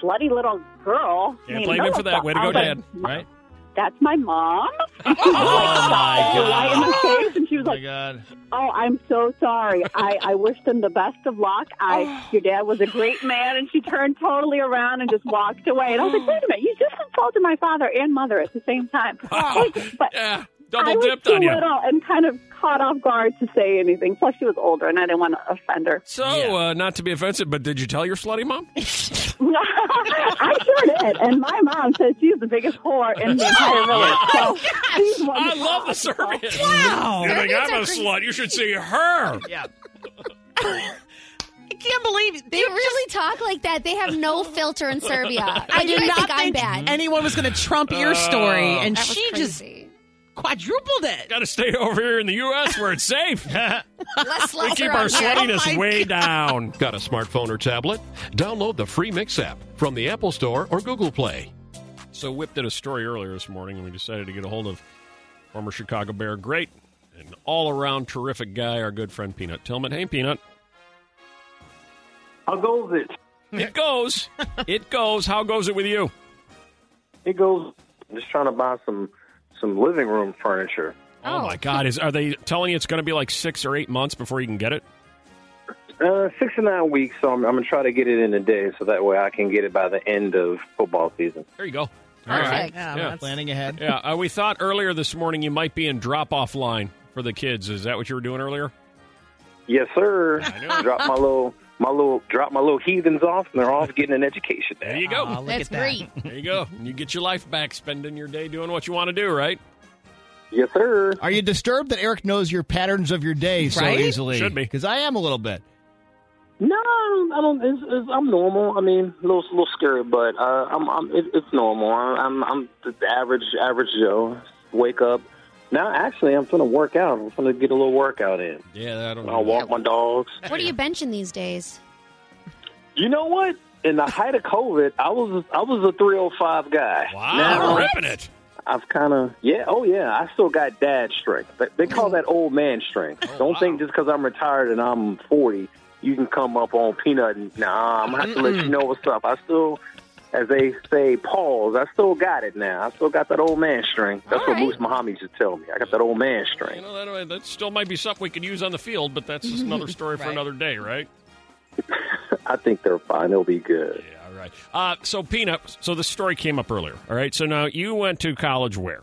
S10: slutty little girl.
S2: Can't
S10: named
S2: blame him for that.
S10: Melissa.
S2: Way to
S10: I
S2: go,
S10: was like,
S2: Dad. Right?
S10: That's my mom. oh my
S5: God.
S10: Right in the face, and she
S5: Oh
S10: was
S5: my
S10: like,
S5: god.
S10: "Oh, I'm so sorry. I I wish them the best of luck.
S2: Oh.
S10: I your dad was a great man." And she turned totally around and just walked away. And I was like, "Wait a minute, you just insulted my father and mother at the same time."
S2: Wow.
S10: But
S2: Yeah.
S10: I
S2: Double
S10: was
S2: dipped
S10: too
S2: on you.
S10: little and kind of caught off guard to say anything. Plus, she was older, and I didn't want to offend her.
S2: So,
S5: Yeah.
S2: uh, not to be offensive, but did you tell your slutty mom?
S10: I sure did. And my mom says she's the biggest whore in the entire village. So she's one
S2: Oh, I love the Serbian.
S4: Wow.
S2: You're like,
S3: Serbians
S2: I'm a
S3: are crazy.
S2: slut. You should see her.
S5: Yeah.
S4: I can't believe
S3: They really talk like that. They have no filter in Serbia.
S4: I
S3: Like, you guys
S4: did not
S3: think
S4: think
S3: I'm
S2: Mm-hmm.
S3: bad.
S4: anyone was going to trump your story,
S2: Oh.
S4: and
S3: That was
S4: she just
S3: crazy.
S4: quadrupled it.
S2: Got to stay over here in the U.S. where it's safe.
S3: Let's
S2: we keep our sluttiness way down.
S11: Got a smartphone or tablet? Download the free Mix app from the Apple Store or Google Play.
S2: So Whip did a story earlier this morning, and we decided to get a hold of former Chicago Bear great and all-around terrific guy, our good friend Peanut Tillman. Hey, Peanut.
S12: How goes it?
S2: It goes. It goes. How goes it with you?
S12: It goes. I'm just trying to buy some some living room furniture.
S2: Oh, my God! Is are they telling you it's going to be like six or eight months before you can get it?
S12: Uh, six to nine weeks, so I'm, I'm gonna try to get it in a day, so that way I can get it by the end of football season.
S2: There you go.
S3: Perfect.
S4: Yeah,
S2: Yeah.
S4: that's-
S5: Planning ahead.
S2: Yeah, uh, we thought earlier this morning you might be in drop-off line for the kids. Is that what you were doing earlier?
S12: Yes, sir.
S2: I know.
S12: drop my little my little drop my little heathens off, and they're off getting an education.
S2: There you
S4: Aw,
S2: go.
S4: look
S3: That's
S4: at that.
S3: great.
S2: There you go. You get your life back, spending your day doing what you want to do, right?
S12: Yes, sir.
S5: Are you disturbed that Eric knows your patterns of your day so
S4: Right?
S5: easily?
S2: Should be.
S5: Because I am a little bit.
S12: No, I don't. It's, it's, I'm normal. I mean, a little, little scary, but uh, I'm, I'm. It, it's normal. I'm, I'm the average, average Joe. Wake up. Now, actually, I'm gonna work out. I'm gonna get a little workout in.
S2: Yeah, I don't
S12: I'll walk my dogs.
S3: What are you benching these days?
S12: You know what? In the height of COVID, I was, I was a 305 guy.
S2: Wow,
S12: Now,
S2: ripping it.
S12: I've kind of, yeah, oh yeah, I still got dad strength. They- They call that old man strength.
S2: Oh,
S12: Don't think just because I'm retired and I'm 40, you can come up on peanut. And, nah, I'm gonna have to let you know what's up. I still, as they say, pause. I still got it now. I still got that old man strength. That's
S3: All
S12: what
S3: right.
S12: Moose Muhammad used to tell me. I got that old man
S2: You
S12: strength.
S2: know, that, that still might be something we could use on the field, but that's just another story for
S4: Right.
S2: another day, right?
S12: I think they're fine. It'll be good.
S2: Yeah, all right. Uh, so, Peanut, so the story came up earlier, all right? So now you went to college where?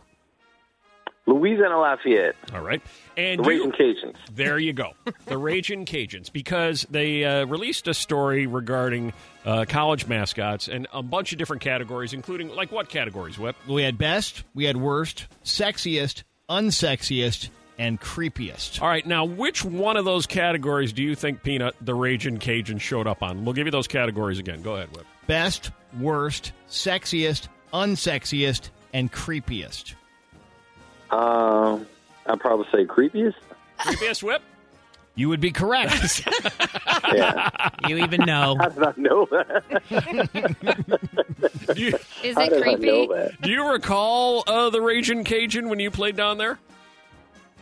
S12: Louisiana Lafayette.
S2: All right. And
S12: the Raging Cajuns.
S2: There you go. The Raging Cajuns, because they uh, released a story regarding uh, college mascots and a bunch of different categories, including, like, what categories, Whip?
S5: We had best, we had worst, sexiest, unsexiest, and creepiest.
S2: All right, now, which one of those categories do you think Peanut, the Raging Cajun, showed up on? We'll give you those categories again. Go ahead, Whip.
S5: Best, worst, sexiest, unsexiest, and creepiest.
S12: Um, I'd probably say creepiest.
S2: Creepiest Whip?
S5: You would be correct.
S12: Yeah.
S4: You even know.
S12: I did not know that.
S2: Do you,
S3: Is
S12: How
S3: it
S12: did I know
S3: creepy?
S12: that?
S2: do you recall uh, the Raging Cajun when you played down there?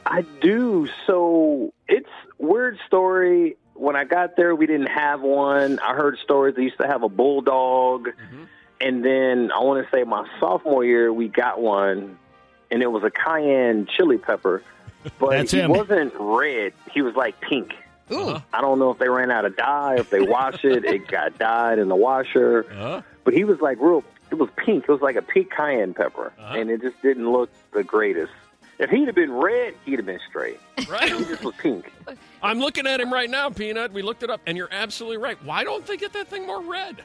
S12: I do. So it's weird story. When I got there, we didn't have one. I heard stories they used to have a bulldog, and then I want to say my sophomore year we got one, and it was a cayenne chili pepper, but
S5: That's
S12: he
S5: him.
S12: wasn't red. He was like pink.
S4: Ooh.
S12: I don't know if they ran out of dye, if they washed it, it got dyed in the washer.
S5: Uh-huh.
S2: Uh,
S12: But he was like real. It was pink. It was like a pink cayenne pepper,
S2: Uh-huh.
S12: and it just didn't look the greatest. If he'd have been red, he'd have been straight. He
S2: right.
S12: just was pink.
S2: I'm looking at him right now, Peanut. We looked it up, and you're absolutely right. Why don't they get that thing more red?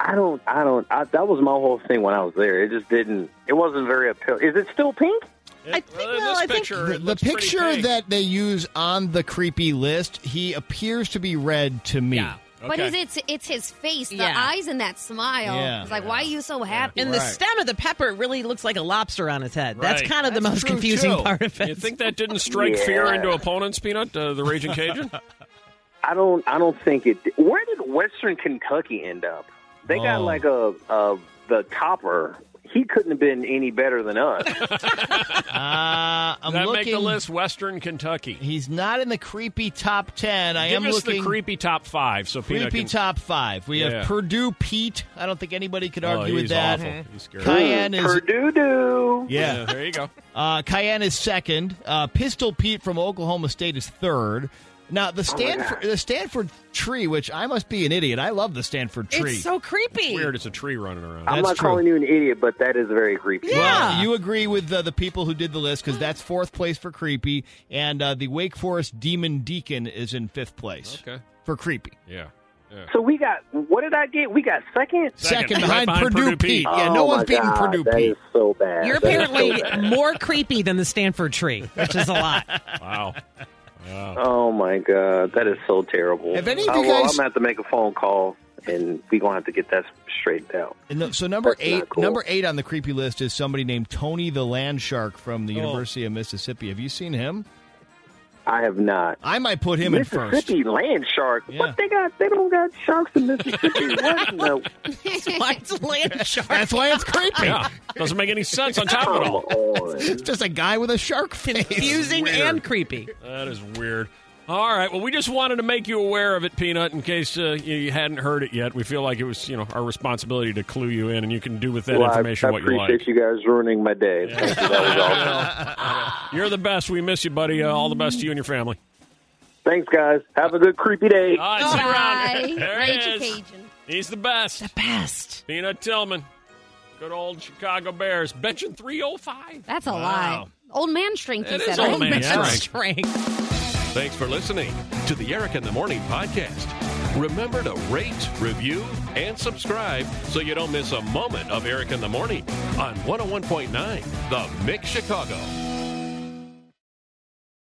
S12: I don't. I don't. I, that was my whole thing when I was there. It just didn't. It wasn't very appealing. Is it still pink?
S2: I think well, in
S4: no,
S2: uh, this
S4: I think-
S2: picture,
S5: The,
S2: it
S5: the
S2: looks pretty
S5: picture
S2: pink.
S5: that they use on the creepy list, he appears to be red to me.
S4: Yeah.
S3: But
S2: Okay.
S3: is it? It's his face, the
S4: Yeah.
S3: eyes, and that smile.
S5: Yeah.
S3: It's like, why are you so happy?
S4: And the stem of the pepper really looks like a lobster on his head.
S2: Right.
S4: That's kind of the
S5: That's
S4: most
S5: true,
S4: confusing
S5: too.
S4: part of it.
S2: You think that didn't strike fear
S12: Yeah.
S2: into opponents, Peanut? Uh, the Raging Cajun?
S12: I don't. I don't think it. Where did Western Kentucky end up? They got
S5: Oh.
S12: like a, a the topper. He couldn't have been any better than us.
S5: Uh, I'm
S2: that
S5: looking.
S2: make the list? Western Kentucky.
S5: He's not in the creepy top ten. I
S2: Give
S5: am
S2: us
S5: looking
S2: the creepy top five. So Peanut
S5: creepy
S2: can,
S5: top five. We
S2: Yeah.
S5: have Purdue Pete. I don't think anybody could
S2: Oh,
S5: argue
S2: he's
S5: with that.
S2: awful. He's scary.
S5: Cayenne is
S12: Purdue doo.
S5: yeah.
S2: there you go.
S5: Uh, Cayenne is second. Uh, Pistol Pete from Oklahoma State is third. Now
S12: Oh,
S5: the Stanford the Stanford tree, which I must be an idiot. I love the Stanford tree.
S4: It's so creepy.
S2: Weird. It's a tree running around.
S12: I'm
S5: That's
S12: not
S5: true.
S12: calling you an idiot, but that is very creepy.
S5: Well,
S4: Yeah.
S5: you agree with uh, the people who did the list because that's fourth place for creepy, and uh, the Wake Forest Demon Deacon is in fifth place
S2: Okay.
S5: for creepy.
S2: Yeah. Yeah.
S12: So we got. What did I get? We got second.
S5: Second,
S2: Second,
S5: behind,
S2: right behind
S5: Purdue,
S2: Purdue
S5: Pete.
S2: Pete.
S5: Yeah, no
S12: Oh,
S5: one's
S12: my
S5: beating
S12: God,
S5: Purdue
S12: that
S5: Pete.
S12: is so bad.
S4: You're
S12: That is
S4: apparently
S12: so bad.
S4: more creepy than the Stanford tree, which is a lot.
S2: Wow. Wow.
S12: Oh my god, that is so terrible.
S5: Have any of
S12: Uh,
S5: you
S12: well,
S5: guys-
S12: I'm gonna have to make a phone call, and we gonna have to get that straightened out.
S5: And no- so number
S12: That's not
S5: eight,
S12: cool.
S5: number eight on the creepy list is somebody named Tony the Land Shark from the University of Mississippi. Have you seen him?
S12: I have not.
S5: I might put him in first.
S12: Mississippi land shark.
S5: Yeah.
S12: What they got? They don't got sharks in Mississippi. what? in the-
S4: Why it's land shark?
S5: That's why it's creepy.
S2: Yeah. Doesn't make any sense on top
S12: Come
S2: of it all.
S12: on.
S5: It's just a guy with a shark face.
S4: Confusing and creepy.
S2: That is weird. All right. Well, we just wanted to make you aware of it, Peanut, in case uh, you you hadn't heard it yet. We feel like it was, you know, our responsibility to clue you in, and you can do with that
S12: Well, I, I
S2: information what you like.
S12: appreciate you guys ruining my day. Thank you. That was awesome.
S2: You're the best. We miss you, buddy. Uh, all the best to you and your family.
S12: Thanks, guys. Have a good creepy day.
S2: All right, see you
S3: Bye.
S2: around. There he
S3: Raging
S2: is.
S3: Cajun.
S2: He's the best.
S4: Best.
S2: Peanut Tillman. Good old Chicago Bears. oh Benching 305.
S3: That's a
S2: Wow.
S3: lie. Old man strength. He
S2: It
S3: said.
S2: is
S3: I
S2: old
S3: think
S2: Oh, man
S3: that's
S2: strength.
S4: Strength.
S1: Thanks for listening to the Eric in the Morning podcast. Remember to rate, review, and subscribe so oh you don't miss a moment of Eric in the Morning on 101.9 The Mix Chicago.